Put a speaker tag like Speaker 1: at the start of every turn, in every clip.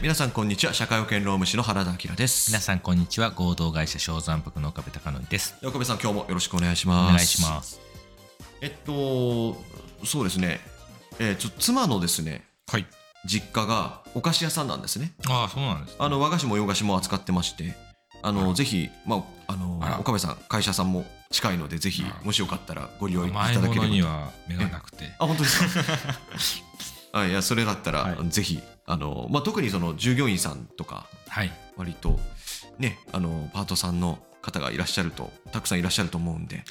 Speaker 1: 皆さんこんにちは社会保険労務士の原田明です
Speaker 2: 皆さんこんにちは合同会社小山泊の岡部隆則です
Speaker 1: 横部さん今日もよろしくお願いし
Speaker 2: お
Speaker 1: ます
Speaker 2: 願いします
Speaker 1: えっとそうですねえーちょ妻のですね
Speaker 2: はい
Speaker 1: 実家がお菓子屋さんなんですね
Speaker 2: ああそうなんですね
Speaker 1: あの和菓子も洋菓子も扱ってましてあのぜひまああ
Speaker 2: あら
Speaker 1: の岡部さん会社さんも近いのでぜひ
Speaker 2: あら
Speaker 1: もしよかったらご利用いた
Speaker 2: 甘い
Speaker 1: だ
Speaker 2: も
Speaker 1: け
Speaker 2: の
Speaker 1: れば
Speaker 2: には目がなくて
Speaker 1: あ本当です かあいやそれだったら、
Speaker 2: はい
Speaker 1: ぜひあの、まあ、特にその従業員さんとか
Speaker 2: はい
Speaker 1: 割とねあのパートさんの方がいらっしゃるとたくさんいらっしゃると思うんで、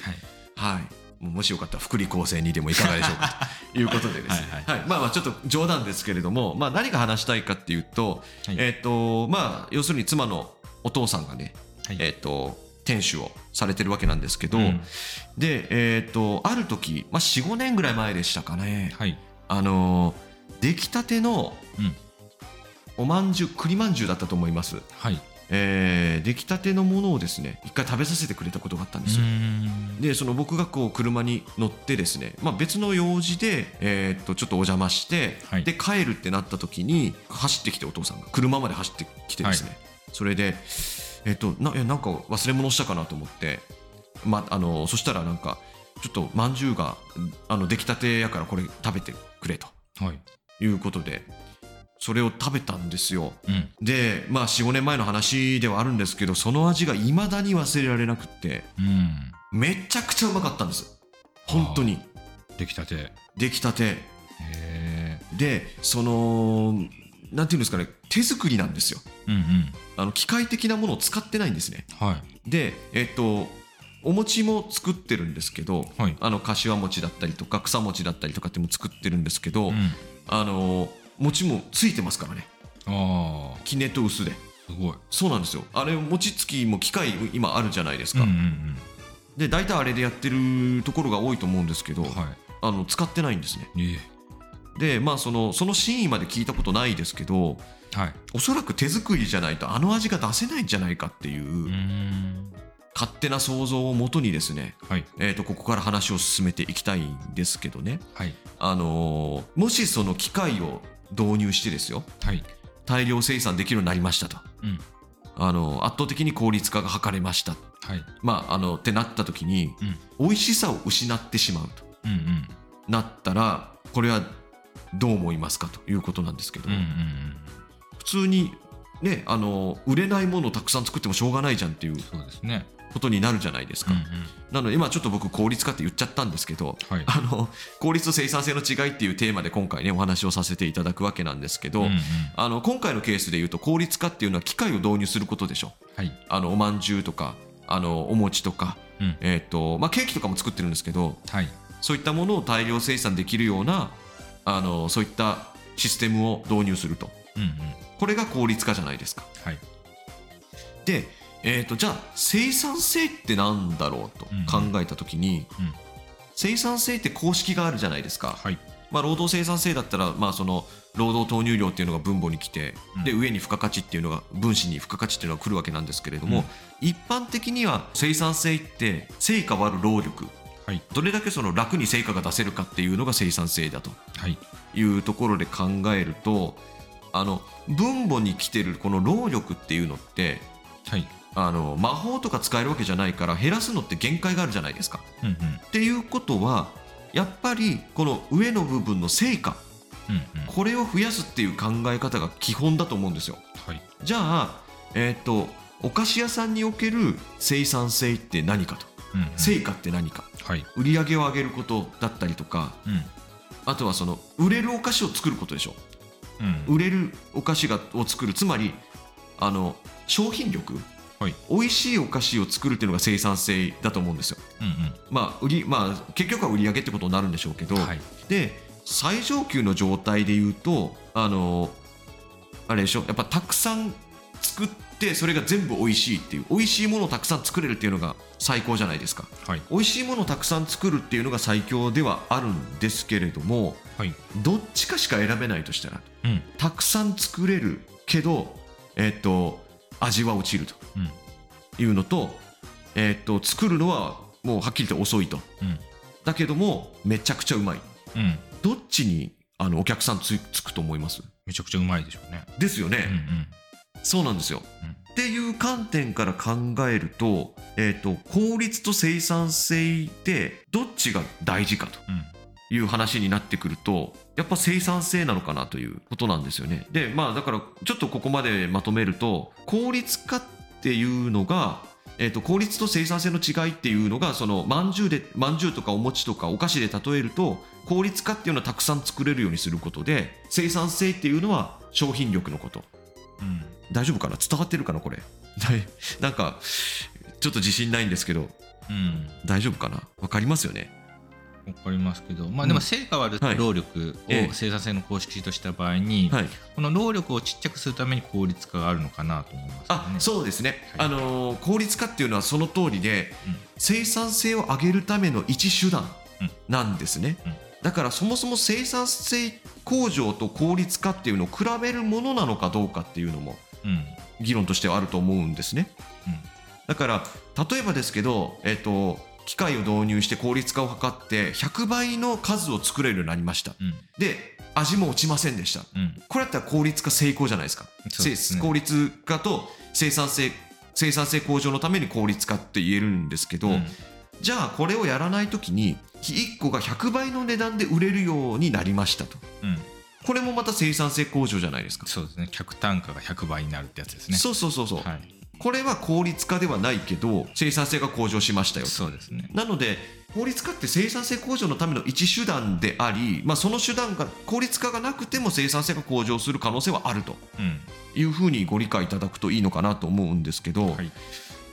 Speaker 2: はい
Speaker 1: はい、もうもしよかったら福利厚生にでもいかがでしょうか ということでですね
Speaker 2: はい
Speaker 1: はいまあまあちょっと冗談ですけれども、まあ、何が話したいかっていうと,、
Speaker 2: はい
Speaker 1: えっとまあ、要するに妻のお父さんがね、
Speaker 2: はい
Speaker 1: えっと店主をされてるわけなんですけど、
Speaker 2: うん
Speaker 1: で、えっとある時、まあ、45年ぐらい前でしたかね、
Speaker 2: はい
Speaker 1: あの出来たての
Speaker 2: うん
Speaker 1: おまんじゅう栗まんじゅうだったと思います。
Speaker 2: はい
Speaker 1: えー出来たてのものをですね一回食べさせてくれたことがあったん
Speaker 2: う
Speaker 1: ですよ。
Speaker 2: ーん
Speaker 1: でその僕がこう車に乗ってですね、まあ、別の用事で、えーっとちょっとお邪魔して、
Speaker 2: はい
Speaker 1: で帰るってなった時に走ってきてお父さんが車まで走ってきてですね、それで、えーっとないやなんか忘れ物したかなと思って、ま、あのそしたらなんかちょっとまんじゅうがあの出来たてやからこれ食べてくれと
Speaker 2: はい
Speaker 1: いうことでそれを食べたんですよ。
Speaker 2: うん
Speaker 1: で、まあ、45年前の話ではあるんですけどその味がいまだに忘れられなくって
Speaker 2: うん
Speaker 1: めちゃくちゃうまかったんです本当に
Speaker 2: 出来たてへ
Speaker 1: 出来たて
Speaker 2: え
Speaker 1: でそのなんていうんですかね手作りなんですよ
Speaker 2: うんうん
Speaker 1: あの機械的なものを使ってないんですね
Speaker 2: はい
Speaker 1: でえっとお餅も作ってるんですけど、
Speaker 2: はい
Speaker 1: あの柏餅だったりとか草餅だったりとかっても作ってるんですけど、
Speaker 2: うん
Speaker 1: あの餅もついてますからね
Speaker 2: ああ
Speaker 1: きねと薄です
Speaker 2: ごい
Speaker 1: そうなんですよあれ餅つきも機械今あるじゃないです
Speaker 2: うん
Speaker 1: か、
Speaker 2: うん
Speaker 1: で大体あれでやってるところが多いと思うんですけど、
Speaker 2: うんは
Speaker 1: あの使ってないんですね
Speaker 2: いいえ
Speaker 1: でまあそのその真意まで聞いたことないですけど
Speaker 2: はい
Speaker 1: おそらく手作りじゃないとあの味が出せないんじゃないかっていう、
Speaker 2: うーん
Speaker 1: 勝手な想像をもとにですね、
Speaker 2: はい
Speaker 1: えー、とここから話を進めていきたいんですけどね、
Speaker 2: はい
Speaker 1: あのーもしその機械を導入してですよ
Speaker 2: はい
Speaker 1: 大量生産できるようになりましたと、
Speaker 2: うん
Speaker 1: あのー圧倒的に効率化が図れました
Speaker 2: はい
Speaker 1: まああのってなった時に
Speaker 2: う
Speaker 1: 美
Speaker 2: ん
Speaker 1: 味しさを失ってしまうと。
Speaker 2: うんうん
Speaker 1: なったらこれはどう思いますかということなんですけど、
Speaker 2: うんうんうん
Speaker 1: 普通に、ね、あの売れないものをたくさん作ってもしょうがないじゃんっていう
Speaker 2: そうですね
Speaker 1: ことになるじゃないです
Speaker 2: う
Speaker 1: か、
Speaker 2: んうん
Speaker 1: なので今ちょっと僕効率化って言っちゃったんですけど
Speaker 2: はい
Speaker 1: あの 効率と生産性の違いっていうテーマで今回ねお話をさせていただくわけなんですけど、
Speaker 2: うんうん
Speaker 1: あの今回のケースで言うと効率化っていうのは機械を導入することでしょ
Speaker 2: はい
Speaker 1: あのおまんじゅうとかあのお餅とか、
Speaker 2: うん
Speaker 1: えーとまあ、ケーキとかも作ってるんですけど
Speaker 2: はい
Speaker 1: そういったものを大量生産できるようなあのそういったシステムを導入すると
Speaker 2: うんうん
Speaker 1: これが効率化じゃないですか
Speaker 2: はい
Speaker 1: で、えー、とじゃあ生産性ってなんだろうと
Speaker 2: うん
Speaker 1: 考えた時に、
Speaker 2: うん
Speaker 1: 生産性って公式があるじゃないですか、
Speaker 2: はい
Speaker 1: まあ、労働生産性だったら、まあ、その労働投入量っていうのが分母に来て、
Speaker 2: うん
Speaker 1: で上に付加価値っていうのが分子に付加価値っていうのが来るわけなんですけれども、
Speaker 2: うん
Speaker 1: 一般的には生産性って成果割る労力
Speaker 2: はい
Speaker 1: どれだけその楽に成果が出せるかっていうのが生産性だと
Speaker 2: はい
Speaker 1: いうところで考えるとあの分母に来てるこの労力っていうのって
Speaker 2: はい
Speaker 1: あの魔法とか使えるわけじゃないから減らすのって限界があるじゃないですか。
Speaker 2: うんうん
Speaker 1: っていうことはやっぱりこの上の部分の成果
Speaker 2: うんうん
Speaker 1: これを増やすっていう考え方が基本だと思うんですよ。
Speaker 2: はい
Speaker 1: じゃあ、えっとお菓子屋さんにおける生産性って何かと
Speaker 2: うんうん
Speaker 1: 成果って何か
Speaker 2: はい
Speaker 1: 売り上げを上げることだったりとか
Speaker 2: うん
Speaker 1: あとはその売れるお菓子を作ることでしょ
Speaker 2: うん
Speaker 1: 売れるお菓子がを作るつまりあの商品力、
Speaker 2: はい
Speaker 1: 美味しいお菓子を作るっていうのが生産性だと思うんですよ、
Speaker 2: うん
Speaker 1: まあ売りまあ、結局は売り上げってことになるんでしょうけど、
Speaker 2: うんはい
Speaker 1: で最上級の状態で言うとあのあれでしょやっぱたくさん作ってそれが全部美味しいっていう美味しいものをたくさん作れるっていうのが最高じゃないですか
Speaker 2: はい
Speaker 1: 美味しいものをたくさん作るっていうのが最強ではあるんですけれども
Speaker 2: はい
Speaker 1: どっちかしか選べないとしたら
Speaker 2: うん
Speaker 1: たくさん作れるけど、えっと味は落ちると
Speaker 2: うん
Speaker 1: いうのと,、えっと作るのはもうはっきり言って遅いと
Speaker 2: うん
Speaker 1: だけどもめちゃくちゃうまい
Speaker 2: うん
Speaker 1: どっちにあのお客さんつつくと思います
Speaker 2: めちゃくちゃうまいでしょうね。
Speaker 1: ですよ
Speaker 2: うんう
Speaker 1: ね、
Speaker 2: ん
Speaker 1: そうなんですよ。
Speaker 2: うん
Speaker 1: っていう観点から考えると,、えー、と効率と生産性でどっちが大事かと
Speaker 2: うん
Speaker 1: いう話になってくるとやっぱ生産性なのかなということなんですよね。でまあだからちょっとここまでまとめると効率化っていうのが、えー、と効率と生産性の違いっていうのがそのまんじゅうでまんじゅうとかお餅とかお菓子で例えると効率化っていうのはたくさん作れるようにすることで生産性っていうのは商品力のこと
Speaker 2: うん
Speaker 1: 大丈夫かな伝わってるかなこれ だいなんかちょっと自信ないんですけど
Speaker 2: うん
Speaker 1: 大丈夫かなわかりますよね
Speaker 2: わかりますけど、まあ、でも成果はある
Speaker 1: はい
Speaker 2: 労力
Speaker 1: ええ
Speaker 2: を生産性の公式とした場合に、
Speaker 1: はい
Speaker 2: この労力をちっちゃくするために効率化があるのかなと思います、ね。
Speaker 1: あそうですね、
Speaker 2: はい
Speaker 1: あのー効率化っていうのはその通りで、
Speaker 2: うん
Speaker 1: 生産性を上げるための一手段
Speaker 2: うん
Speaker 1: なんですね、
Speaker 2: うん
Speaker 1: だからそもそも生産性向上と効率化っていうのを比べるものなのかどうかっていうのも
Speaker 2: うん。
Speaker 1: 議論としてはあると思うんですねだから例えばですけど、えっと機械を導入して効率化を図って100倍の数を作れるようになりました
Speaker 2: うん。
Speaker 1: で味も落ちませんでした
Speaker 2: うん。うん。
Speaker 1: これだったら効率化成功じゃないですか
Speaker 2: そうです
Speaker 1: せ
Speaker 2: ね
Speaker 1: 効率化と生産性生産性向上のために効率化って言えるんですけど、
Speaker 2: うん
Speaker 1: じゃあこれをやらない時に1個が100倍の値段で売れるようになりましたと
Speaker 2: うん。
Speaker 1: これもまた生産性向上じゃないですか、
Speaker 2: そうですね。客単価が100倍になるってやつですね。
Speaker 1: そうそうそうそう、
Speaker 2: はい。
Speaker 1: これは効率化ではないけど生産性が向上しましたよ
Speaker 2: そうですね。
Speaker 1: なので効率化って生産性向上のための一手段であり、まあ、その手段が効率化がなくても生産性が向上する可能性はあると
Speaker 2: うん。
Speaker 1: いうふうにご理解いただくといいのかなと思うんですけど、
Speaker 2: はい。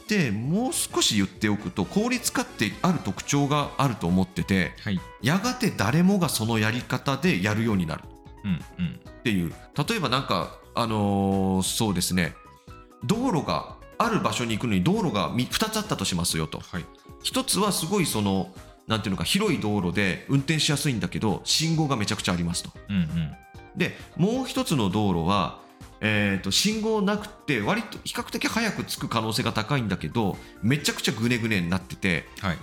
Speaker 1: でもう少し言っておくと効率化ってある特徴があると思ってて
Speaker 2: はい。
Speaker 1: やがて誰もがそのやり方でやるようになる
Speaker 2: うん。うん。
Speaker 1: っていう例えばなんかあのーそうですね道路がある場所に行くのに道路がみ2つあったとしますよと
Speaker 2: はい。
Speaker 1: 1つはすごいそのなんていうのか広い道路で運転しやすいんだけど信号がめちゃくちゃありますと
Speaker 2: うん。うん。
Speaker 1: でもう一つの道路は、えー、と信号なくて割と比較的早く着く可能性が高いんだけどめちゃくちゃぐねぐねになってて
Speaker 2: はい。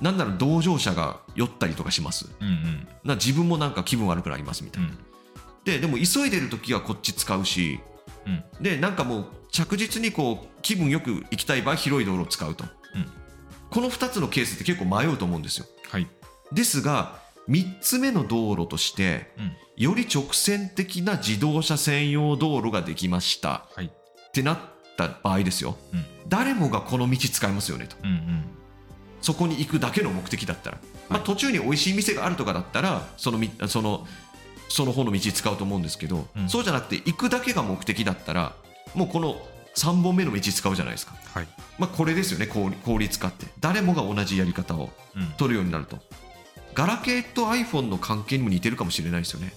Speaker 1: なんなら同乗者が酔ったりとかします
Speaker 2: うん。うん。
Speaker 1: な自分もなんか気分悪くなりますみた
Speaker 2: う
Speaker 1: いな、
Speaker 2: ん。
Speaker 1: ででも急いでる時はこっち使うし
Speaker 2: うん。
Speaker 1: でなんかもう着実にこう気分よく行きたい場合広い道路を使うと、
Speaker 2: うん
Speaker 1: この2つのケースって結構迷うと思うんですよ
Speaker 2: はい。
Speaker 1: ですが3つ目の道路として
Speaker 2: うん。
Speaker 1: より直線的な自動車専用道路ができました
Speaker 2: はい。
Speaker 1: ってなった場合ですよ、
Speaker 2: うん
Speaker 1: 誰もがこの道使いますよねと
Speaker 2: うん。うん。
Speaker 1: そこに行くだけの目的だったら、まあ、
Speaker 2: はい
Speaker 1: 途中に美味しい店があるとかだったらそのみそのその方の道使うと思うんですけど、
Speaker 2: うん
Speaker 1: そうじゃなくて行くだけが目的だったらもうこの3本目の道使うじゃないですか、
Speaker 2: はい。
Speaker 1: まあ、これですよね効率効率化って誰もが同じやり方を
Speaker 2: うん。
Speaker 1: 取るようになるとガラケーと iPhone の関係にも似てるかもしれないですよね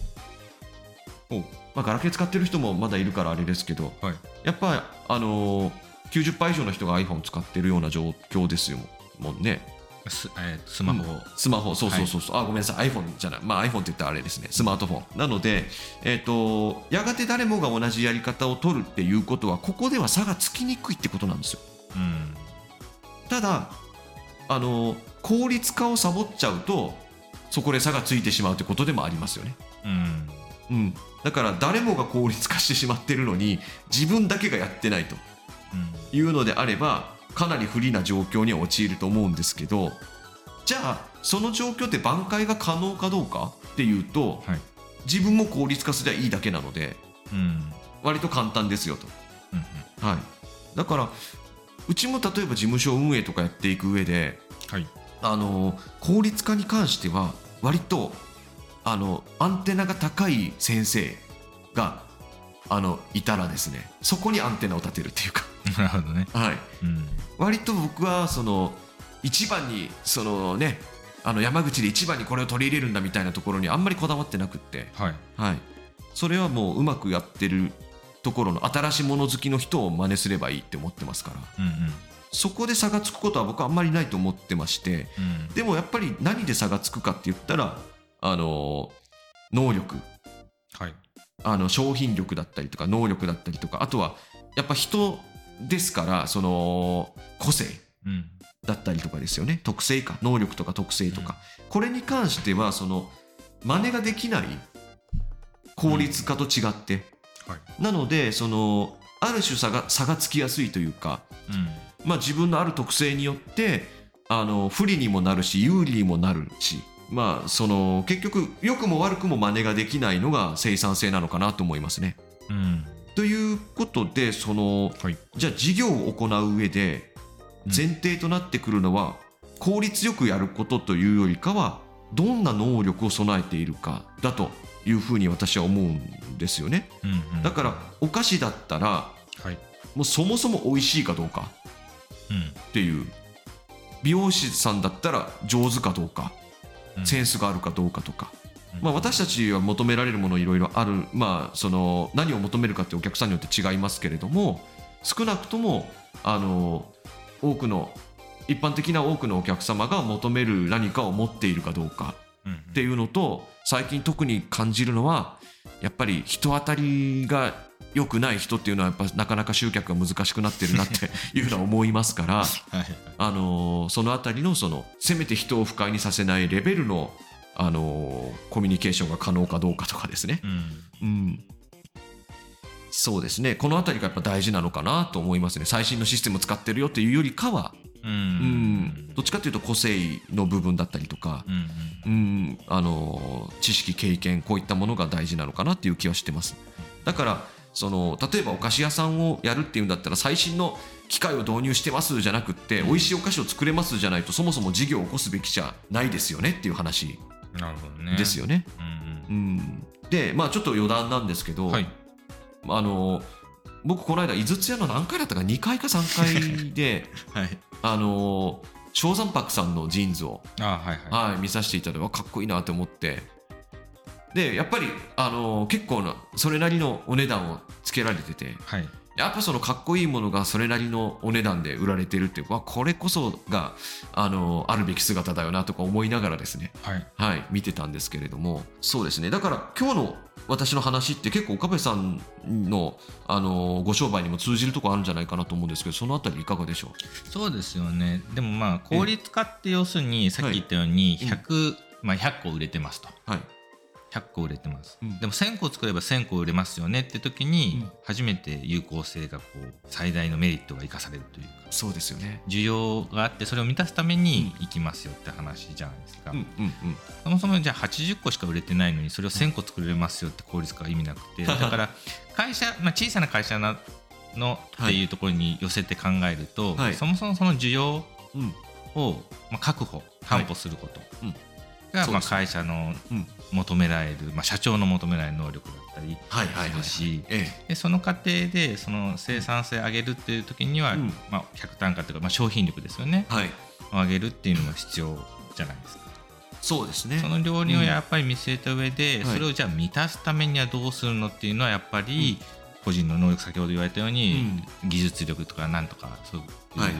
Speaker 1: お、まあ、ガラケー使ってる人もまだいるからあれですけど
Speaker 2: はい。
Speaker 1: やっぱり、あのー、90%以上の人が iPhone 使ってるような状況ですよもんね。
Speaker 2: す、えースマホを。
Speaker 1: スマホ、そうそうそうそう、あ、ごめんなさい、iPhone じゃない、まあ、iPhone って言ったらあれですね、スマートフォン。なので、えっ、と、やがて誰もが同じやり方を取るっていうことは、ここでは差がつきにくいってことなんですよ。
Speaker 2: うん。
Speaker 1: ただ、あのー効率化をサボっちゃうと、そこで差がついてしまうってことでもありますよね。
Speaker 2: うん。
Speaker 1: うん。だから、誰もが効率化してしまってるのに、自分だけがやってないと。
Speaker 2: うん。
Speaker 1: いうのであればかなり不利な状況には陥ると思うんですけどじゃあその状況って挽回が可能かどうかっていうと
Speaker 2: はい。
Speaker 1: 自分も効率化すりゃいいだけなので
Speaker 2: うん。
Speaker 1: 割と簡単ですよと、
Speaker 2: うん。
Speaker 1: はい、だからうちも例えば事務所運営とかやっていく上で
Speaker 2: はい。
Speaker 1: あの効率化に関しては割とあのアンテナが高い先生があのいたらですねそこにアンテナを立てるっていうか、
Speaker 2: なるほどね。
Speaker 1: はい、
Speaker 2: うん。
Speaker 1: 割と僕はその一番にそのねあの山口で一番にこれを取り入れるんだみたいなところにあんまりこだわってなくって、
Speaker 2: はい。
Speaker 1: はい、それはもううまくやってるところの新しいもの好きの人を真似すればいいって思ってますから
Speaker 2: うんうん。
Speaker 1: そこで差がつくことは僕はあんまりないと思ってまして
Speaker 2: うん。
Speaker 1: でもやっぱり何で差がつくかって言ったらあの能力
Speaker 2: はい。
Speaker 1: あの商品力だったりとか能力だったりとかあとはやっぱ人ですからその個性
Speaker 2: うん。
Speaker 1: だったりとかですよね特性か能力とか特性とか、これに関してはその真似ができない効率化と違って、
Speaker 3: はい
Speaker 1: なのでそのある種差が差がつきやすいというか、
Speaker 2: うん
Speaker 1: まあ、自分のある特性によってあの不利にもなるし有利にもなるし、まあ、その結局良くも悪くも真似ができないのが生産性なのかなと思いますね。
Speaker 2: うん
Speaker 1: ということでその
Speaker 3: はい
Speaker 1: じゃあ事業を行う上で
Speaker 2: うん
Speaker 1: 前提となってくるのは効率よくやることというよりかはどんな能力を備えているかだというふうに私は思うんですよね
Speaker 2: うんうん
Speaker 1: だからお菓子だったら
Speaker 3: はい
Speaker 1: もうそもそも美味しいかどうか
Speaker 2: うん
Speaker 1: っていう美容師さんだったら上手かどうか
Speaker 2: うん
Speaker 1: センスがあるかどうかとか
Speaker 2: うん
Speaker 1: まあ、私たちは求められるものいろいろある、まあ、その何を求めるかってお客さんによって違いますけれども少なくともあの多くの一般的な多くのお客様が求める何かを持っているかどうか
Speaker 2: うんうん
Speaker 1: っていうのと最近特に感じるのはやっぱり人当たりが良くない人っていうのはやっぱなかなか集客が難しくなってるなっていうのは思います から。
Speaker 2: はい
Speaker 1: あのーそのあたりのそのせめて人を不快にさせないレベルの、あのーコミュニケーションが可能かどうかとかですね、
Speaker 2: うん
Speaker 1: うん、そうですねこのあたりがやっぱ大事なのかなと思いますね最新のシステムを使ってるよっていうよりかは、
Speaker 2: う
Speaker 1: うん
Speaker 2: ん
Speaker 1: どっちかというと個性の部分だったりとか、う
Speaker 2: うん
Speaker 1: んあの知識経験こういったものが大事なのかなっていう気はしてますだからその例えばお菓子屋さんをやるっていうんだったら最新の機械を導入してますじゃなくって、美味しいお菓子を作れますじゃないとそもそも事業を起こすべきじゃないですよねっていう話
Speaker 2: うんなるほどね
Speaker 1: ですよね。
Speaker 2: うんうん
Speaker 1: うん、でまあちょっと余談なんですけど、
Speaker 3: はい
Speaker 1: あの僕この間井筒屋の何回だったか2回か3回で
Speaker 2: はい
Speaker 1: あの正山泊さんのジーンズを
Speaker 3: あはいは
Speaker 1: はい、見させていただいてわかっこいいなと思ってでやっぱり、あのー結構なそれなりのお値段をつけられてて
Speaker 3: いはい
Speaker 1: やっぱそのかっこいいものがそれなりのお値段で売られてるっていうわこれこそが、あのーあるべき姿だよなとか思いながらですね、
Speaker 3: はい
Speaker 1: はい、見てたんですけれどもそうですねだから今日の私の話って結構岡部さんの、あのーご商売にも通じるとこあるんじゃないかなと思うんですけどそのあたりいかがでしょ
Speaker 2: そうですよねでもまあ効率化って要するにさっき言ったように
Speaker 1: はい
Speaker 2: 100まあ100個売れてますと
Speaker 1: うはい
Speaker 2: 100個売れてます、
Speaker 1: うん
Speaker 2: でも1000個作れば1000個売れますよねって時に
Speaker 1: うん
Speaker 2: 初めて有効性がこう最大のメリットが生かされるというか
Speaker 1: そうですよね
Speaker 2: 需要があってそれを満たすために行きますよって話じゃないですか、
Speaker 1: うんうんうん
Speaker 2: そもそもじゃあ80個しか売れてないのにそれを1000個作れますよって効率化は意味なくてだから会社、まあ、小さな会社なのっていうところに寄せて考えると、
Speaker 1: はい
Speaker 2: そもそもその需要
Speaker 1: うん
Speaker 2: を、まあ、確保担保すること
Speaker 1: うん
Speaker 2: が、
Speaker 1: そう
Speaker 2: まあ、
Speaker 1: ですね
Speaker 2: 会社の
Speaker 1: うん
Speaker 2: 求められる、まあ、社長の求められる能力だったり
Speaker 1: はいはいはい、
Speaker 2: するし
Speaker 1: ええ
Speaker 2: でその過程でその生産性上げるっていう時には、
Speaker 1: うん
Speaker 2: まあ、客単価というか、まあ、商品力ですよね
Speaker 1: はい、
Speaker 2: 上げるっていうのが必要じゃないですか。
Speaker 1: そうですね。
Speaker 2: その両輪をやっぱり見据えた上
Speaker 1: う
Speaker 2: で、
Speaker 1: ん
Speaker 2: それをじゃあ満たすためにはどうするのっていうのはやっぱり個人の能力先ほど言われたように、技術力とかなんとかそういう、
Speaker 1: はい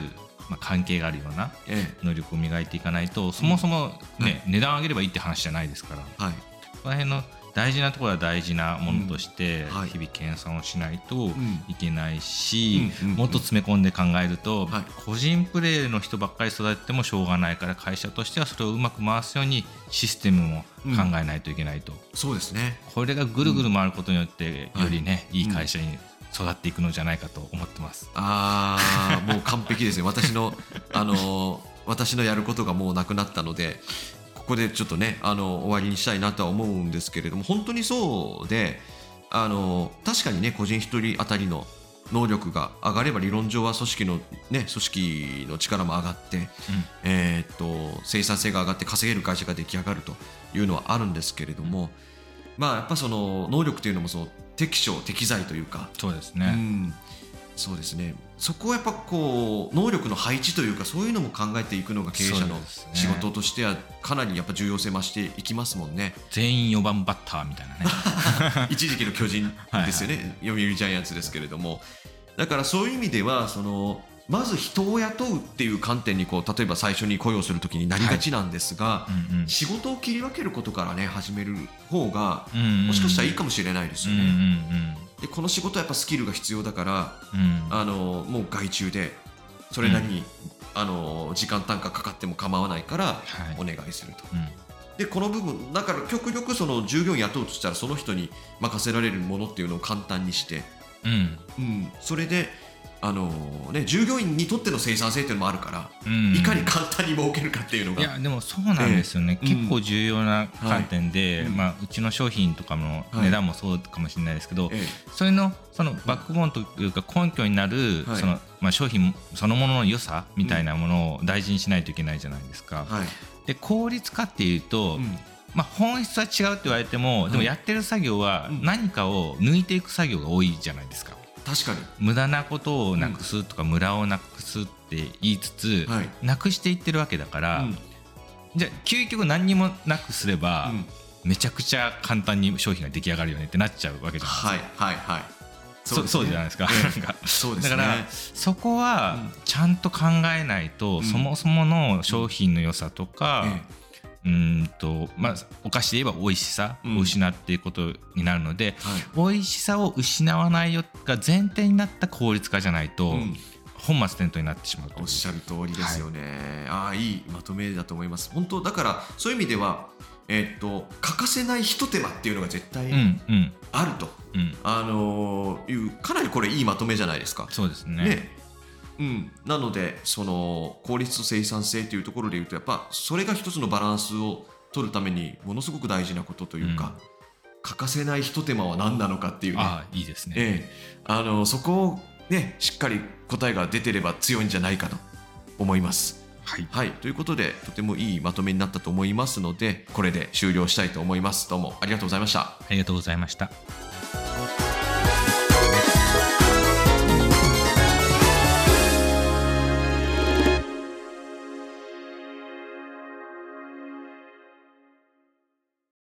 Speaker 2: まあ、関係があるような
Speaker 1: え
Speaker 2: 能力を磨いていかないとそもそも、
Speaker 1: うん
Speaker 2: ね値段上げればいいって話じゃないですから
Speaker 1: え、はい、
Speaker 2: その辺の大事なところは大事なものとして、
Speaker 1: うんはい
Speaker 2: 日々研鑽をしないと
Speaker 1: ん
Speaker 2: いけないし、
Speaker 1: うんうんうん
Speaker 2: もっと詰め込んで考えると、
Speaker 1: はい
Speaker 2: 個人プレーの人ばっかり育ててもしょうがないから会社としてはそれをうまく回すようにシステムも考えないといけないと、
Speaker 1: そうですね。
Speaker 2: これがぐるぐる回ることによって、
Speaker 1: うん
Speaker 2: よりね、い、い
Speaker 1: うん
Speaker 2: 会社に育っていくのじゃないかと思ってます。
Speaker 1: ああ、もう完璧 ですね。私の、あのー私のやることがもうなくなったので。ここでちょっとね、あの終わりにしたいなとは思うんですけれども、本当にそうで。あのー確かにね、個人一人当たりの。能力が上がれば理論上は組織のね組織の力も上がって、えーっと生産性が上がって稼げる会社が出来上がるというのはあるんですけれども、まあやっぱその能力というのもその適所適材というか、
Speaker 2: そうです
Speaker 1: う
Speaker 2: ね、
Speaker 1: ん、そうですねそこはやっぱこう能力の配置というかそういうのも考えていくのが経営者の
Speaker 2: そうですね
Speaker 1: 仕事としてはかなりやっぱ重要性増していきますもん ね
Speaker 2: 全員4番バッターみたいなね。
Speaker 1: 一時期の巨人ですよね読売ジャイアンツですけれどもだからそういう意味ではそのまず人を雇うっていう観点にこう例えば最初に雇用するときになりがちなんですが、
Speaker 2: うんうん
Speaker 1: 仕事を切り分けることからね始める方が
Speaker 2: うんうんうん
Speaker 1: もしかしたらいいかもしれないです
Speaker 2: うん
Speaker 1: よ
Speaker 2: う
Speaker 1: ね。
Speaker 2: ん
Speaker 1: でこの仕事はやっぱスキルが必要だから
Speaker 2: うんうん
Speaker 1: あのもう外注でそれなりに、あの時間単価かかっても構わないから
Speaker 2: はい
Speaker 1: お願いすると、
Speaker 2: うん
Speaker 1: でこの部分だから極力その従業員雇うとしたらその人に任せられるものっていうのを簡単にして、
Speaker 2: うん
Speaker 1: うん、それで、あのね、従業員にとっての生産性っていうのもあるから、
Speaker 2: うん
Speaker 1: いかに簡単に儲けるかっていうの
Speaker 2: い
Speaker 1: が。
Speaker 2: やでもそうなんですよね、
Speaker 1: ええ
Speaker 2: 結構重要な観点で、
Speaker 1: うんはい
Speaker 2: まあ、うちの商品とかの
Speaker 1: はい
Speaker 2: 値段もそうかもしれないですけど、
Speaker 1: ええ
Speaker 2: それのそのバックボーンというか根拠になる、
Speaker 1: はい
Speaker 2: そのまあ、商品そのものの良さみたいなものを大事にしないといけないじゃないですか。
Speaker 1: はい
Speaker 2: で効率化っていうと、
Speaker 1: うん
Speaker 2: まあ、本質は違うって言われても、
Speaker 1: い
Speaker 2: でもやってる作業は
Speaker 1: うん
Speaker 2: 何かを抜いていく作業が多いじゃないですか。
Speaker 1: 確かに
Speaker 2: 無駄なことをなくすとか、ムラをなくすって言いつつ、
Speaker 1: はい
Speaker 2: なくしていってるわけだから、
Speaker 1: うん
Speaker 2: じゃあ究極何にもなくすれば、
Speaker 1: うん
Speaker 2: めちゃくちゃ簡単に商品が出来上がるよねってなっちゃうわけじゃないですか、
Speaker 1: はいはいはい
Speaker 2: そうそうじゃないですか,、 なんか
Speaker 1: そうです
Speaker 2: だ
Speaker 1: ね
Speaker 2: からそこは
Speaker 1: うん
Speaker 2: ちゃんと考えないと、
Speaker 1: ん
Speaker 2: そもそもの商品の良さとか、
Speaker 1: え
Speaker 2: うーんとまあ、お菓子で言えば美味しさ
Speaker 1: うん
Speaker 2: を失っていくことになるので、
Speaker 1: えはい
Speaker 2: 美味しさを失わないよが前提になった効率化じゃないと、
Speaker 1: うん
Speaker 2: 本末転倒になってしまうという
Speaker 1: おっしゃる通りですよね、ああいいまとめだと思います本当だからそういう意味ではえっと欠かせないひと手間っていうのが絶対
Speaker 2: うんうん
Speaker 1: あると、
Speaker 2: うん
Speaker 1: あのーいうかなりこれいいまとめじゃないですか
Speaker 2: そうですね
Speaker 1: ねうん、なのでその効率と生産性というところでいうとやっぱそれが一つのバランスを取るためにものすごく大事なことというか、欠かせないひと手間は何なのかっていう、ね
Speaker 2: ああいいですね、
Speaker 1: ええ、あのそこを、ね、しっかり答えが出てれば強いんじゃないかと思います。
Speaker 2: はい
Speaker 1: はい、ということでとてもいいまとめになったと思いますのでこれで終了したいと思います。どうもありがとうございました。
Speaker 2: ありがとうございました